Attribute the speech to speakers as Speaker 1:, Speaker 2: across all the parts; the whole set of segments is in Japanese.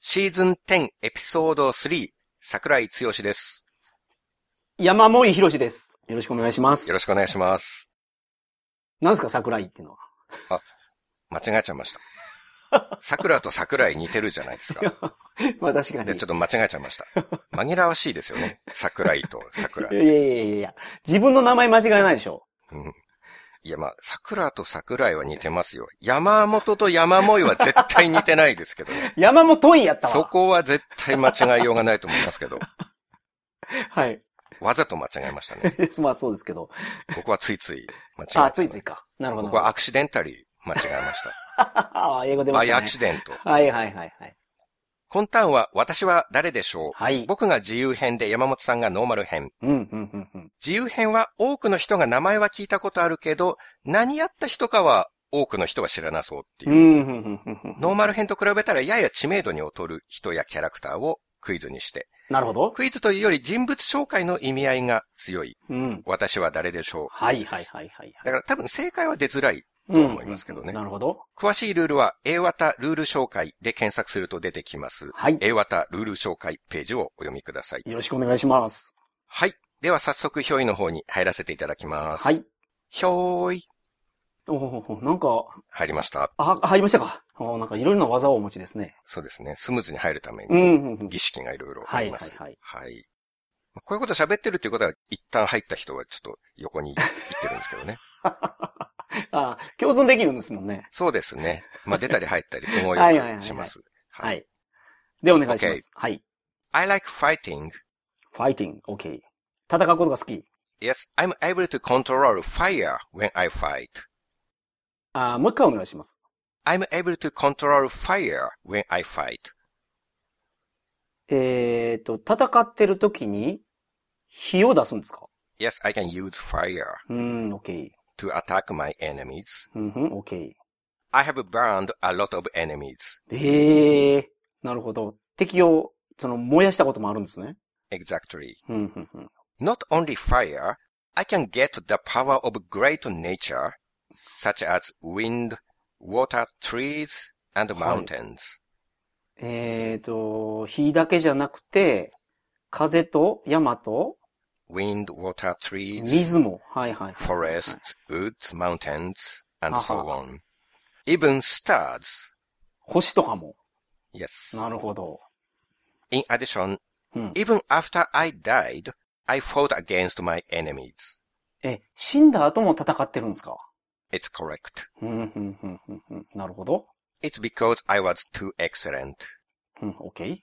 Speaker 1: シーズン10エピソード3、桜井剛です。
Speaker 2: 山森博士です。よろしくお願いします。
Speaker 1: よろしくお願いします。
Speaker 2: なんですか、桜井っていうのは。
Speaker 1: 間違えちゃいました。桜と桜井似てるじゃないですか。
Speaker 2: まあ確かに。
Speaker 1: で、ちょっと間違えちゃいました。紛らわしいですよね。桜井と 桜
Speaker 2: い
Speaker 1: 井。
Speaker 2: やいやいやいや自分の名前間違えないでしょ。
Speaker 1: うんいや、まあ、桜と桜井は似てますよ。山本と山萌は絶対似てないですけど ね。
Speaker 2: 山本いやったわ。
Speaker 1: そこは絶対間違いようがないと思いますけど。
Speaker 2: はい。
Speaker 1: わざと間違えましたね。
Speaker 2: まあそうですけど。
Speaker 1: 僕はついつい間違え
Speaker 2: あ、ついついか。なるほど。
Speaker 1: 僕はアクシデンタリー間違えました。
Speaker 2: あ英語出ま
Speaker 1: バ
Speaker 2: し
Speaker 1: イ
Speaker 2: た
Speaker 1: ア
Speaker 2: ね
Speaker 1: ク。シデント。
Speaker 2: はいはいはいはい。
Speaker 1: 混沌は私は誰でしょう
Speaker 2: はい。
Speaker 1: 僕が自由編で山本さんがノーマル編。
Speaker 2: うん、うん、うん、うん。
Speaker 1: 自由編は多くの人が名前は聞いたことあるけど、何やった人かは多くの人は知らなそうっていうう。
Speaker 2: ん、うん、うんうんうん。
Speaker 1: ノーマル編と比べたらやや知名度に劣る人やキャラクターをクイズにして、
Speaker 2: なるほど。
Speaker 1: クイズというより人物紹介の意味合いが強い。
Speaker 2: うん。
Speaker 1: 私は誰でしょう
Speaker 2: はいはいはいはいは
Speaker 1: だか
Speaker 2: い。
Speaker 1: ら多分正解は出づらい。
Speaker 2: うん
Speaker 1: 思いますけどね
Speaker 2: なるほど。
Speaker 1: 詳しいルールは A 型ルール紹介で検索すると出てきます。
Speaker 2: はい。
Speaker 1: A 型ルール紹介ページをお読みください。
Speaker 2: よろしくお願いします。
Speaker 1: はい。では早速表位の方に入らせていただきます。
Speaker 2: はい。。
Speaker 1: 表位。
Speaker 2: おほほほなんか、
Speaker 1: 入りました。
Speaker 2: あ、は入りましたか。おなんかいろいろな技をお持ちですね。
Speaker 1: そうですね。スムーズに入るため
Speaker 2: う
Speaker 1: に
Speaker 2: ん、うん、うん。
Speaker 1: 儀式がいろいろあります。
Speaker 2: はい
Speaker 1: はい、はい。こういうこと喋ってるっていうことは、一旦入った人はちょっと横 に行ってるんですけどね。
Speaker 2: あ、共存できるんですもんね。
Speaker 1: そうですね。まあ、出たり入ったり都合
Speaker 2: はいはいはい
Speaker 1: よ
Speaker 2: はい
Speaker 1: くします。。
Speaker 2: はいい。で、お願いします。はい。
Speaker 1: I like fighting.
Speaker 2: ファイティング、OK。戦うことが好き。
Speaker 1: Yes, I'm able to control fire when I fight.
Speaker 2: あーもう一回お願いします。
Speaker 1: I'm able to control fire when I fight.
Speaker 2: えっ、と、戦ってる時に、火を出すんですか
Speaker 1: Yes, I can use fire
Speaker 2: うーん、OK。
Speaker 1: to attack my enemies.
Speaker 2: うんふん、OK。
Speaker 1: I have burned a lot of enemies.
Speaker 2: ええー、なるほど。敵を、その、燃やしたこともあるんですね。
Speaker 1: Exactly.
Speaker 2: うん、ふん、ふん。
Speaker 1: Not only fire, I can get the power of great nature, such as wind, water, trees, and mountains.
Speaker 2: えっ、と、火だけじゃなくて、風と山と
Speaker 1: Wind, water, trees,
Speaker 2: 水も。はいはいはい。
Speaker 1: forests, woods, mountains, and so
Speaker 2: Uh-huh.
Speaker 1: on. Even stars.
Speaker 2: 星とかも。
Speaker 1: Yes.
Speaker 2: なるほど。
Speaker 1: In addition,
Speaker 2: Hmm.
Speaker 1: even after I died, I fought against my enemies.
Speaker 2: え、死んだ後も戦ってるんですか
Speaker 1: It's correct.
Speaker 2: うん、ふん、ふん、ふん、ふん。なるほど。
Speaker 1: It's because I was too excellent.
Speaker 2: うん、OK。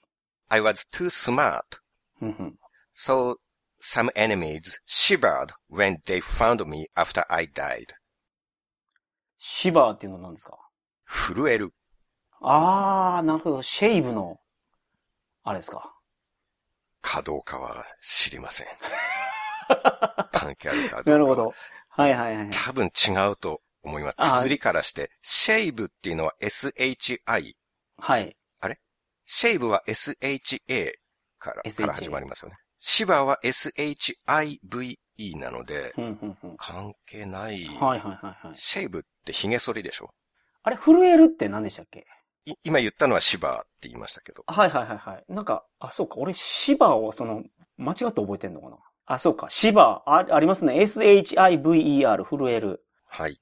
Speaker 1: I was too smart.
Speaker 2: うん、ふん。
Speaker 1: So some enemies shivered when they found me after I died.
Speaker 2: シバーっていうのは何ですか
Speaker 1: 震える。
Speaker 2: あー、なるほど。シェイブの、あれですか。
Speaker 1: かどうかは知りま せん。関係あるかどうか。
Speaker 2: なるほ。ど。はいはいはい。
Speaker 1: 多分違うと思います。
Speaker 2: あ
Speaker 1: 綴りからして、シェイブっていうのは SHI。
Speaker 2: はい。
Speaker 1: シェイブは SHA から
Speaker 2: SHA
Speaker 1: から始まりますよね。シバは SHIVE なので、
Speaker 2: うんうんうん。
Speaker 1: 関係ない。
Speaker 2: はいはいはいはい。
Speaker 1: シェイブって髭剃りでしょ
Speaker 2: あれ、震えるって何でしたっけ
Speaker 1: い今言ったのはシバーって言いましたけど。
Speaker 2: はいはいはいはい。なんか、あ、そうか。俺、シバーをその、間違って覚えてんのかなあ、そうか。シバー。あ、ありますね。SHIVER、震える。
Speaker 1: はい。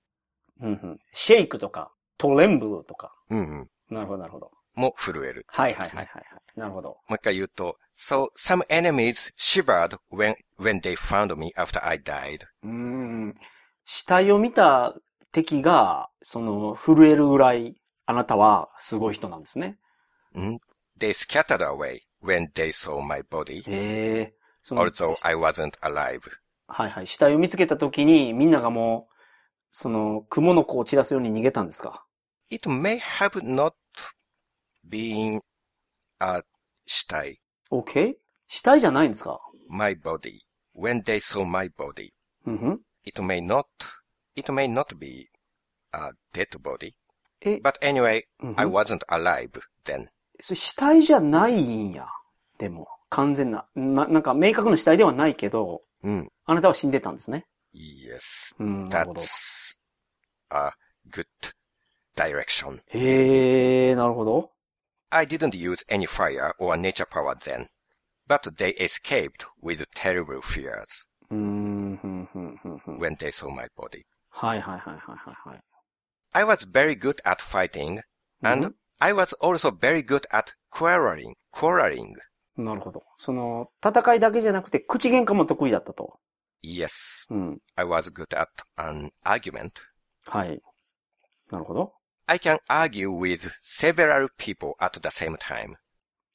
Speaker 2: うんうん。シェイクとか、トレンブルとか。
Speaker 1: うんうん。
Speaker 2: なるほどなるほど。
Speaker 1: も震える。
Speaker 2: はいはいはいはいはい。なるほど。
Speaker 1: もう一回言うと、So, some enemies shivered when, when they found me after I died.
Speaker 2: うーん。死体を見た敵が、その、震えるぐらい、あなたはすごい人なんですね。
Speaker 1: ん They scattered away when they saw my body,
Speaker 2: へえ。その、
Speaker 1: although
Speaker 2: し
Speaker 1: I wasn't alive.
Speaker 2: はいはい。死体を見つけた時に、みんながもう、その、雲の子を散らすように逃げたんですか
Speaker 1: It may have not been a 死体
Speaker 2: ?OK? 死体じゃないんですか
Speaker 1: my body. When they saw my body,
Speaker 2: うんふん。
Speaker 1: it may not, it may not be a dead body.
Speaker 2: え、
Speaker 1: But anyway,
Speaker 2: うんふ
Speaker 1: I
Speaker 2: ん
Speaker 1: wasn't alive then.
Speaker 2: それ死体じゃないんや。でも、完全な、な、なんか明確な死体ではないけど、
Speaker 1: うん。
Speaker 2: あなたは死んでたんですね。
Speaker 1: Hmm, Yes,
Speaker 2: うん、なるほど。
Speaker 1: that's a good direction.
Speaker 2: へえ、なるほど。
Speaker 1: I didn't use any fire or nature power then, but they escaped with terrible fears
Speaker 2: うーん、ふんふんふんふん。
Speaker 1: when they saw my body.
Speaker 2: はいはいはいはいはいはい。
Speaker 1: I was very good at fighting, and
Speaker 2: Mm-hmm.
Speaker 1: I was also very good at quarreling, quarreling.
Speaker 2: なるほど。その、戦いだけじゃなくて、口喧嘩も得意だったと。
Speaker 1: Yes,
Speaker 2: うん。
Speaker 1: I was good at an argument.
Speaker 2: はい。なるほど。
Speaker 1: I can argue with several people at the same time.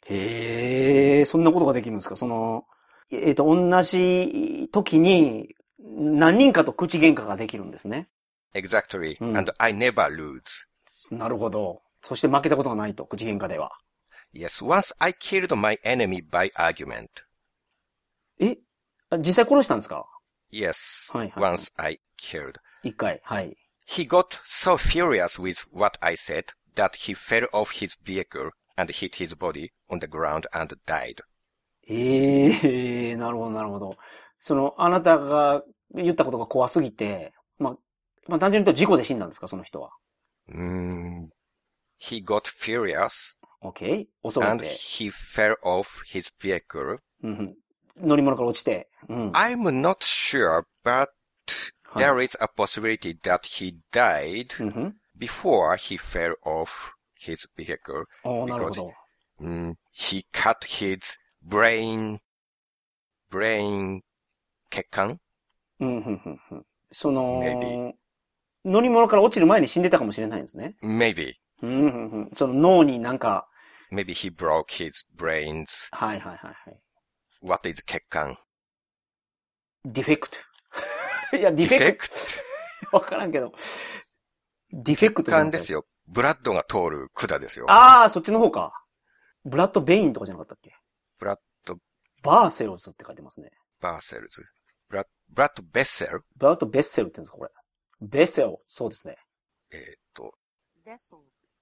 Speaker 2: へえ、そんなことができるんですかその、えっ、と、同じ時に、何人かと口喧嘩ができるんですね。
Speaker 1: Exactly,
Speaker 2: Hmm.
Speaker 1: and I never lose.
Speaker 2: なるほど。そして負けたことがないと、口喧嘩では。
Speaker 1: Yes, once I killed my enemy by argument.
Speaker 2: えあ実際殺したんですか
Speaker 1: Yes,
Speaker 2: はいはいはい
Speaker 1: once I killed.
Speaker 2: 一回。はい。
Speaker 1: He got so furious with what I said that he fell off his vehicle and hit his body on the ground and died.
Speaker 2: ええなるほど、なるほど。その、あなたが言ったことが怖すぎて、まあ、まあ単純に言うと事故で死んだんですか、その人は。
Speaker 1: Mm. He got furious
Speaker 2: OK? 恐れ
Speaker 1: and
Speaker 2: て、
Speaker 1: he fell off his vehicle.
Speaker 2: うんうん。乗り物から落ちて、うん。
Speaker 1: I'm not sure, but
Speaker 2: Huh. Hmm.
Speaker 1: there is a possibility that he died
Speaker 2: うんうん
Speaker 1: before he fell off his vehicle.
Speaker 2: おーなるほ
Speaker 1: Because-
Speaker 2: ど。
Speaker 1: Mm, he cut his brain, brain, 血管
Speaker 2: うん、うん、うん、うん。その
Speaker 1: Maybe、
Speaker 2: 乗り物から落ちる前に死んでたかもしれないんですね。
Speaker 1: Maybe,
Speaker 2: うん、うん、うん。その脳になんか、
Speaker 1: maybe he broke his brains.
Speaker 2: はいはいはいはい。
Speaker 1: What is 血管
Speaker 2: ディフェク ト。いや、ディフェク
Speaker 1: Defect?
Speaker 2: ト。わからんけど。ディフェクト
Speaker 1: 血
Speaker 2: じゃない
Speaker 1: 管ですよ。ブラッドが通る管ですよ。
Speaker 2: ああ、そっちの方か。ブラッド・ベインとかじゃなかったっけ
Speaker 1: ブラッド
Speaker 2: バーセルズって書いてますね。
Speaker 1: バーセルズ。ブラッ、ブラッドベッセル
Speaker 2: ブラッド・ベッセルって言うんですか、これ。ベッセル、そうですね。
Speaker 1: えーっと、
Speaker 3: vessel,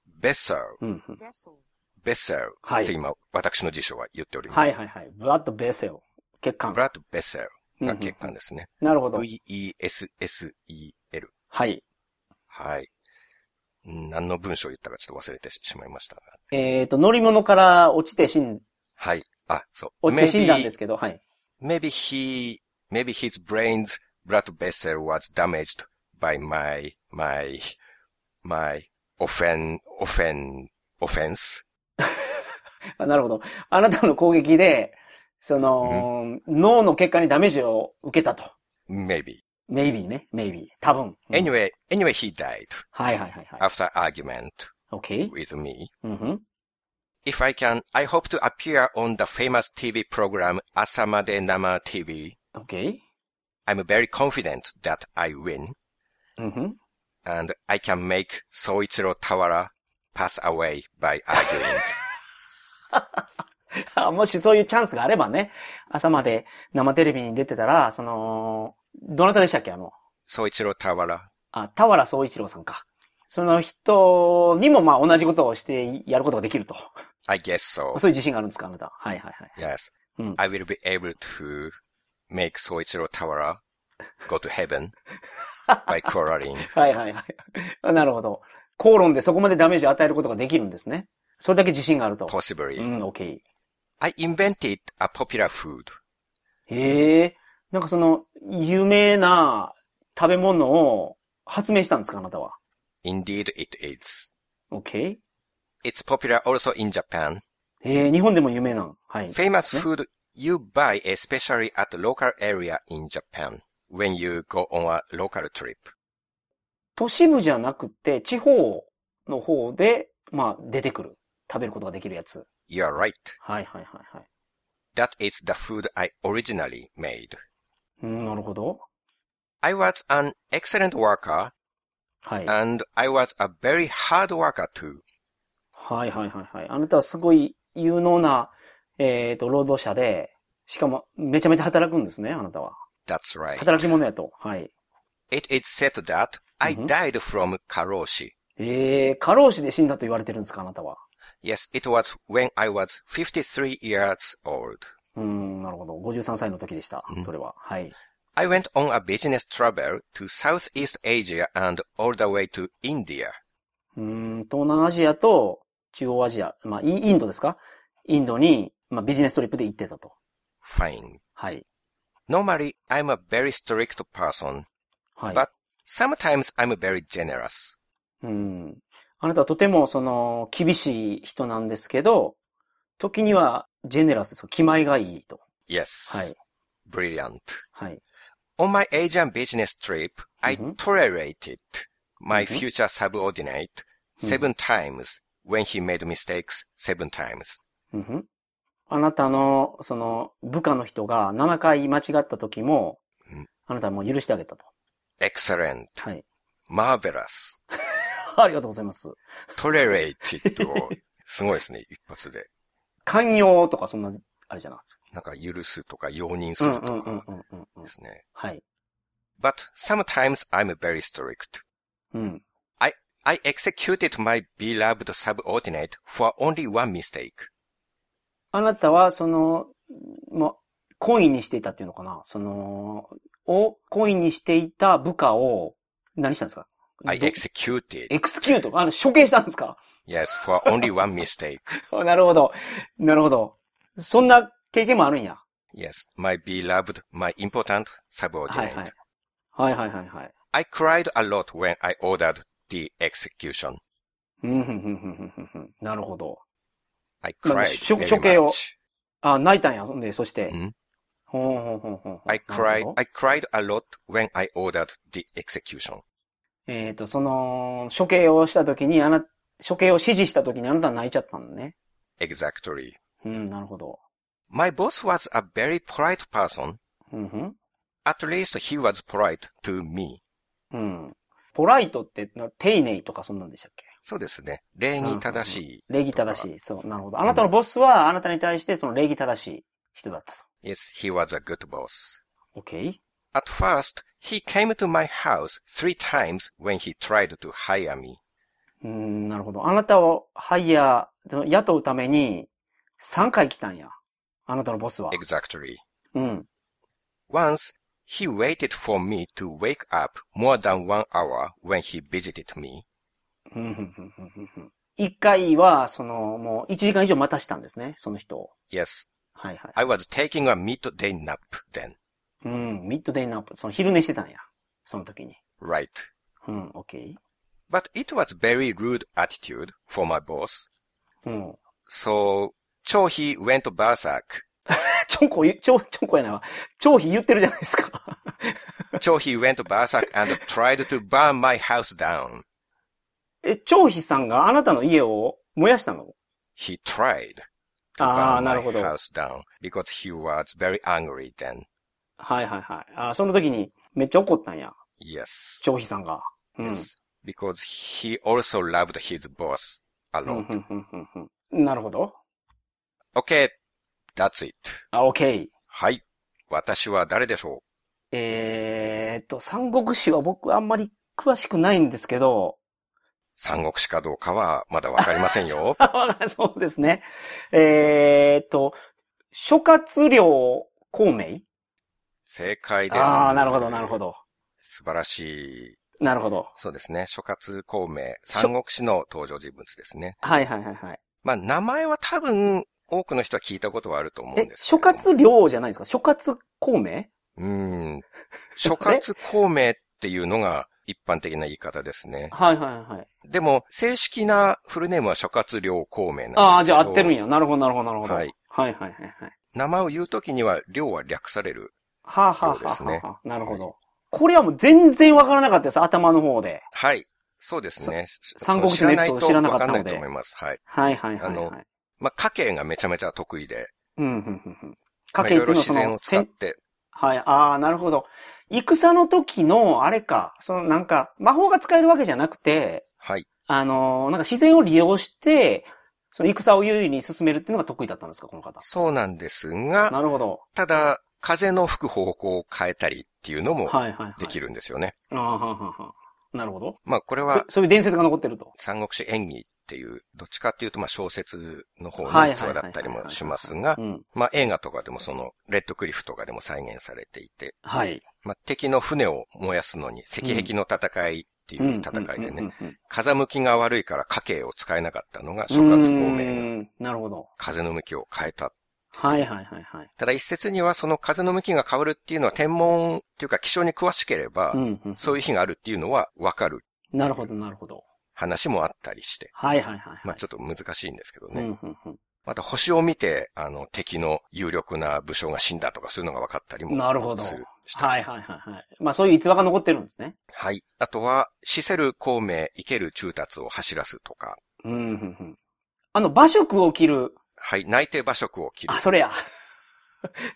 Speaker 1: ベッセル、
Speaker 2: うんうん。
Speaker 3: vessel,
Speaker 1: ベッセル
Speaker 2: はい
Speaker 1: って今、私の辞書は言っておりま
Speaker 2: はい
Speaker 1: す。
Speaker 2: はいはい。ブラッド・ベッセル。血管。
Speaker 1: ブラッドベッセルが血
Speaker 2: うんう
Speaker 1: 管ですね。
Speaker 2: んなるほど。
Speaker 1: V-E-S-S-E-L。
Speaker 2: はい。
Speaker 1: はい。うん何の文章を言ったかちょっと忘れてしまいましたが。
Speaker 2: えっ、と、乗り物から落ちて死ん、
Speaker 1: はい。あ、そう。
Speaker 2: 落ちて死んだんで
Speaker 1: Maybe,
Speaker 2: すけど、はい。
Speaker 1: maybe he, maybe his brain's blood vessel was damaged by my, my, my offen, offen, offense.
Speaker 2: あなるほど。あなたの攻撃で、その、脳の血管にダメージを受けたと。
Speaker 1: Maybe.
Speaker 2: maybe ね。maybe. 多分。うん
Speaker 1: Anyway, anyway, he died
Speaker 2: はいはいはいはい。
Speaker 1: after argument
Speaker 2: OK?
Speaker 1: with me.
Speaker 2: うんうん。
Speaker 1: If I can, I hope to appear on the famous TV program Asamade Nama TV.
Speaker 2: OK?
Speaker 1: I'm very confident that I win.
Speaker 2: うんうん。
Speaker 1: and I can make Soichiro Tawara pass away by arguing.
Speaker 2: あ もしそういうチャンスがあればね、朝まで生テレビに出てたら、その、どなたでしたっけあの、
Speaker 1: Soichiro Tawara.
Speaker 2: あ、田原総一郎さんか。その人にもまあ同じことをしてやることができ ると。
Speaker 1: I guess so.
Speaker 2: そういう自信があるんですかあなた。はいはいはい。
Speaker 1: Yes.
Speaker 2: Hmm.
Speaker 1: I will be able to make Soichiro Tawara go to heaven by quarreling.
Speaker 2: はいはいはい。 なるほど。口論でそこまでダメージを与えることができるんですね。それだけ自信があると。
Speaker 1: Possibly.
Speaker 2: うん、OK。
Speaker 1: I invented a popular food.
Speaker 2: へえ、なんかその、有名な食べ物を発明したんですかあなたは。
Speaker 1: Indeed it is.
Speaker 2: OK?
Speaker 1: It's popular also in Japan.
Speaker 2: えー、日本でも有名なん。はい。
Speaker 1: Famous food you buy especially at local area in Japan when you go on a local trip.
Speaker 2: 都市部じゃなくて、地方の方で、まあ、出てくる。食べることができるやつ。
Speaker 1: You are right.
Speaker 2: はいはいはいはい。
Speaker 1: That is the food I originally made.
Speaker 2: うん、なるほど。
Speaker 1: I was an excellent worker
Speaker 2: はい。はい
Speaker 1: and I was a very hard worker too.
Speaker 2: はいはいはい。あなたはすごい有能な、えっ、と、労働者で、しかも、めちゃめちゃ働くんですね、あなたは。
Speaker 1: That's right.
Speaker 2: 働き者やと。はい。
Speaker 1: It is said that I
Speaker 2: Mhm.
Speaker 1: died from karoshi.
Speaker 2: えー、過労死で死んだと言われてるんですか、あなたは。
Speaker 1: Yes, it was when I was 53 years old.
Speaker 2: うん、なるほど。53歳の時でした
Speaker 1: う。ん
Speaker 2: それは。はい。
Speaker 1: I went on a business travel to Southeast Asia and all the way to India.
Speaker 2: うん、東南アジアと中央アジア、まあ、イインドですかインドに、まあ、ビジネストリップで行ってたと。
Speaker 1: Fine.
Speaker 2: はい。
Speaker 1: Normally, I'm a very strict person,
Speaker 2: はい。
Speaker 1: but sometimes I'm very generous.
Speaker 2: うん。あなたはとても、その、厳しい人なんですけど、時には、ジェネラスですか気前がいいと。
Speaker 1: Yes.
Speaker 2: はい。
Speaker 1: Brilliant.
Speaker 2: はい。
Speaker 1: On my Asian business trip, I
Speaker 2: Mhm.
Speaker 1: tolerated my
Speaker 2: Mhm.
Speaker 1: future subordinate
Speaker 2: Mhm.
Speaker 1: seven times when he made mistakes seven times.
Speaker 2: うんふんあなたの、その、部下の人が7回間違った時も
Speaker 1: うん、
Speaker 2: あなたはもう許してあげたと。
Speaker 1: Excellent.
Speaker 2: はい。
Speaker 1: Marvelous.
Speaker 2: ありがとうございます。
Speaker 1: tolerated を、すごいですね、一発で。
Speaker 2: 寛容とかそんな、あれじゃなかっ
Speaker 1: なんか許すとか容認す
Speaker 2: た。うん
Speaker 1: る
Speaker 2: うん
Speaker 1: と
Speaker 2: うん
Speaker 1: か
Speaker 2: うんうんうん
Speaker 1: で。すね。
Speaker 2: はい。
Speaker 1: But sometimes I'm very strict.
Speaker 2: うん。
Speaker 1: I executed my beloved subordinate for only one mistake.
Speaker 2: あなたは、その、まあ、恋にしていたっていうのかなその、を、恋にしていた部下を、何したんですか
Speaker 1: I
Speaker 2: ど
Speaker 1: executed,
Speaker 2: エクスキュートあの、処刑したんですか
Speaker 1: yes, for only one mistake.
Speaker 2: あなるほど。なるほど。そんな経験もあるんや。
Speaker 1: Yes, my beloved, my important
Speaker 2: はいはい
Speaker 1: subordinate.。
Speaker 2: はいはいはいはい。
Speaker 1: I cried a lot when I ordered the execution.
Speaker 2: うん、ふんふんふんふんふんふん。なるほど。
Speaker 1: I
Speaker 2: まあ
Speaker 1: cried
Speaker 2: しょ
Speaker 1: very
Speaker 2: 処刑を
Speaker 1: much.
Speaker 2: あ、泣いたんや。ほんで、そして。
Speaker 1: うん
Speaker 2: ほんほんほんほんほん。
Speaker 1: I
Speaker 2: なる
Speaker 1: cried,
Speaker 2: ほど
Speaker 1: I cried a lot when I ordered the execution.
Speaker 2: えっ、と、その、処刑をした時に、あな、処刑を指示した時にあなたは泣いちゃったのね。
Speaker 1: Exactly.
Speaker 2: うん、なるほど。
Speaker 1: My boss was a very polite person.
Speaker 2: うんふん。
Speaker 1: At least he was polite to me.
Speaker 2: うん。ポライトってな、丁寧とかそんなんでしたっけ
Speaker 1: そうですね。礼儀正しい。
Speaker 2: 礼儀正しい。そう、なるほど。あなたのボスは、あなたに対してその礼儀正しい人だった
Speaker 1: Yes, he was a good boss.
Speaker 2: と。OK?
Speaker 1: At first, he came to my house three times when he tried to hire me.
Speaker 2: うん、なるほど。あなたをハイヤー、雇うために3回来たんや。あなたのボスは。
Speaker 1: Exactly.
Speaker 2: うん。
Speaker 1: Once, he waited for me to wake up more than one hour when he visited me.
Speaker 2: うんうんうんうんうんうん一回は、その、もう1時間以上待たしたんですね、その人を。
Speaker 1: Yes,
Speaker 2: はいはい。
Speaker 1: I was taking a midday nap then.
Speaker 2: うん、ミッドデイナップ、その昼寝してたんや。その時に。
Speaker 1: Right.
Speaker 2: うん、OK?
Speaker 1: But it was very rude attitude for my boss.
Speaker 2: うん。
Speaker 1: So, so he went berserk.
Speaker 2: ちょんこ言う、ちょ、ちょんこやないわ。超皮言ってるじゃないですか。
Speaker 1: So he went berserk and tried to burn my house down.
Speaker 2: え、張飛さんがあなたの家を燃やしたの
Speaker 1: He tried to
Speaker 2: あ
Speaker 1: burn
Speaker 2: ーなるほ
Speaker 1: my
Speaker 2: ど
Speaker 1: house down because he was very angry then.
Speaker 2: はいはいはい。あその時にめっちゃ怒ったんや。
Speaker 1: Yes.
Speaker 2: 張飛さんが。うん。
Speaker 1: Yes. Because he also loved his boss a
Speaker 2: うん
Speaker 1: lot.
Speaker 2: うんうんうんうんなるほど。
Speaker 1: Okay. That's it.
Speaker 2: あ、OK。
Speaker 1: はい。私は誰でしょ
Speaker 2: えーっと、三国志は僕あんまり詳しくないんですけど、。
Speaker 1: う三国志かどうかはまだわかりませんよ
Speaker 2: あそうですね。えーっと、諸葛亮孔明
Speaker 1: 正解です。
Speaker 2: ああ、なるほど、なるほ
Speaker 1: ど。
Speaker 2: ど。
Speaker 1: 素晴らしい。
Speaker 2: なるほど。
Speaker 1: そうですね。諸葛孔明。三国志の登場人物ですね。
Speaker 2: はいはいはいはい。
Speaker 1: まあ、名前は多分、多くの人は聞いたことはあると思うん
Speaker 2: え
Speaker 1: で、すけ
Speaker 2: 諸
Speaker 1: れども。
Speaker 2: 葛亮じゃないですか諸葛孔明
Speaker 1: うん。諸葛孔明っていうのが一般的な言い方ですね。
Speaker 2: はいはいはい。
Speaker 1: でも、正式なフルネームは諸葛亮孔明なんですけど。
Speaker 2: ああ、じゃあ合ってるんや。なるほど、なるほど、なるほど。
Speaker 1: は
Speaker 2: はいい。はいはいはいはい。
Speaker 1: 名前を言うときには、亮は略される。
Speaker 2: はあ、はあ
Speaker 1: そうですね
Speaker 2: はあはあ、なるほど。これはもう全然わからなかったです。頭の方で。
Speaker 1: はい。そうですね。
Speaker 2: 三国志のエピソード知らなかったので
Speaker 1: わかんないと思います。はい。
Speaker 2: はいはいはい、
Speaker 1: あの
Speaker 2: はい。
Speaker 1: まあ、家計がめちゃめちゃ得意で。
Speaker 2: うん、うん、うんうん。
Speaker 1: ま
Speaker 2: 家
Speaker 1: あ
Speaker 2: 計
Speaker 1: い
Speaker 2: っ
Speaker 1: ろ
Speaker 2: て
Speaker 1: いろ
Speaker 2: いうのは
Speaker 1: 自
Speaker 2: そ
Speaker 1: 然
Speaker 2: の
Speaker 1: を使っ
Speaker 2: 戦
Speaker 1: て。
Speaker 2: はい、ああ、なるほど。戦の時の、あれか、そのなんか、魔法が使えるわけじゃなくて、
Speaker 1: はい。
Speaker 2: あのーなんか自然を利用して、その戦を優位に進めるっていうのが得意だったんですか、この方。
Speaker 1: そうなんですが、
Speaker 2: なるほど。
Speaker 1: ただ、風の吹く方向を変えたりっていうのも
Speaker 2: はいはいはい。
Speaker 1: でき
Speaker 2: る。
Speaker 1: るんですよね。
Speaker 2: ああ、はあはあはあ。なるほど。
Speaker 1: まあ、これ
Speaker 2: そ
Speaker 1: は
Speaker 2: そういう伝説が残ってると。
Speaker 1: 三国志演技っていう、どっちかっていうと、まあ、小説の方
Speaker 2: はい
Speaker 1: の
Speaker 2: はい
Speaker 1: 器だったりもしますが
Speaker 2: う、ん。
Speaker 1: まあ、映画とかでもその、レッドクリフとかでも再現されていて、
Speaker 2: はい。
Speaker 1: まあ、敵の船を燃やすのに、石壁の戦いっていう戦いで
Speaker 2: うんうんうん
Speaker 1: ね、
Speaker 2: うんうん。
Speaker 1: 風向きが悪いから家計を使えなかったのが諸葛孔明が
Speaker 2: が。なるほど。
Speaker 1: 風の向きを変えた。
Speaker 2: はいはいはいはい。
Speaker 1: ただ一説にはその風の向きが変わるっていうのは天文っていうか気象に詳しければ
Speaker 2: う、んうん。
Speaker 1: そういう日があるっていうのはわかる
Speaker 2: なるほどなるほど。話
Speaker 1: 話もあったりして、
Speaker 2: はいはいはいはい。
Speaker 1: まあちょっと難しいんですけど
Speaker 2: う
Speaker 1: ね。
Speaker 2: んうんうん
Speaker 1: また星を見て、あの敵の有力な武将が死んだとかそういうのが分かったりも
Speaker 2: なるほど
Speaker 1: する。した
Speaker 2: はいはいはいはい。まあそういう逸話が残ってるんですね。
Speaker 1: はい。あとは、死せる孔明、生ける中達を走らすとか、
Speaker 2: うん、うん、うん。あの、馬食を切る。
Speaker 1: はい。内定馬食を切る
Speaker 2: あ、。それや。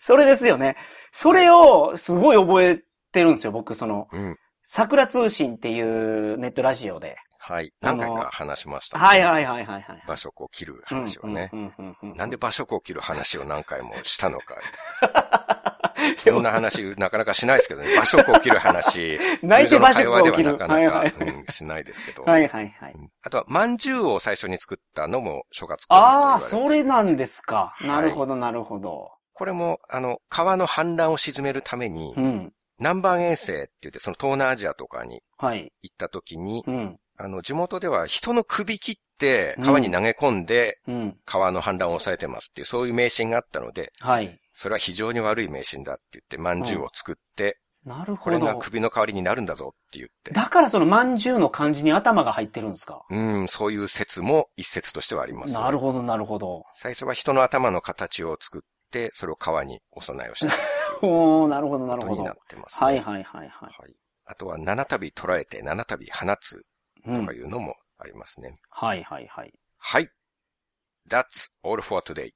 Speaker 2: それですよね。それを、すごい覚えてるんですよ、僕、その、
Speaker 1: うん。
Speaker 2: 桜通信っていうネットラジオで。
Speaker 1: はい。何回か話しました、
Speaker 2: はいはいはいはいはい。
Speaker 1: 馬食を切る話はね。
Speaker 2: うんうんうんうん
Speaker 1: なんで馬食を切る話を何回もしたのか。
Speaker 2: で
Speaker 1: そ
Speaker 2: も
Speaker 1: んな話、なかなかしないですけどね。馬食を切る 話。
Speaker 2: 泣い
Speaker 1: 通
Speaker 2: て
Speaker 1: 常
Speaker 2: 馬
Speaker 1: の会
Speaker 2: 食
Speaker 1: 話で
Speaker 2: を
Speaker 1: は
Speaker 2: 切
Speaker 1: な
Speaker 2: る。
Speaker 1: か
Speaker 2: はいは
Speaker 1: ないか、うん、しないですけど。
Speaker 2: はいはいはい。
Speaker 1: うんあとは、饅頭を最初に作ったのも諸葛孔明と言わ
Speaker 2: ああ、
Speaker 1: れて
Speaker 2: それなんですか。
Speaker 1: はい
Speaker 2: なるほどなるほど。
Speaker 1: これも、あの、川の氾濫を沈めるために、
Speaker 2: うん。
Speaker 1: 南蛮遠征って言って、その東南アジアとかに
Speaker 2: はい。
Speaker 1: 行った時に、
Speaker 2: うん。
Speaker 1: あの、地元では人の首切って川に投げ込んで
Speaker 2: うん。
Speaker 1: 川の氾濫を抑えてますっていう、そういう迷信があったので、
Speaker 2: はい。
Speaker 1: それは非常に悪い迷信だって言って、饅頭を作って、
Speaker 2: なる
Speaker 1: こ
Speaker 2: ほ
Speaker 1: れが
Speaker 2: ど。
Speaker 1: 首の代わりになるんだぞって言って、
Speaker 2: だからその饅頭の漢字に頭が入ってるんですか。
Speaker 1: うん、そういう説も一説としてはあります、
Speaker 2: なるほどなるほ ど。
Speaker 1: 最初は人の頭の形を作って、それを川にお供えをした
Speaker 2: おー、なるほどな
Speaker 1: こ
Speaker 2: る
Speaker 1: と
Speaker 2: ほ
Speaker 1: に
Speaker 2: ど。
Speaker 1: なってます、ね。
Speaker 2: はいはいはいはい。
Speaker 1: はいあとは、七度捉えて、七度放つ
Speaker 2: う
Speaker 1: と
Speaker 2: ん
Speaker 1: か。いうのもありますね。
Speaker 2: はいはいはい。
Speaker 1: はい。That's all for today.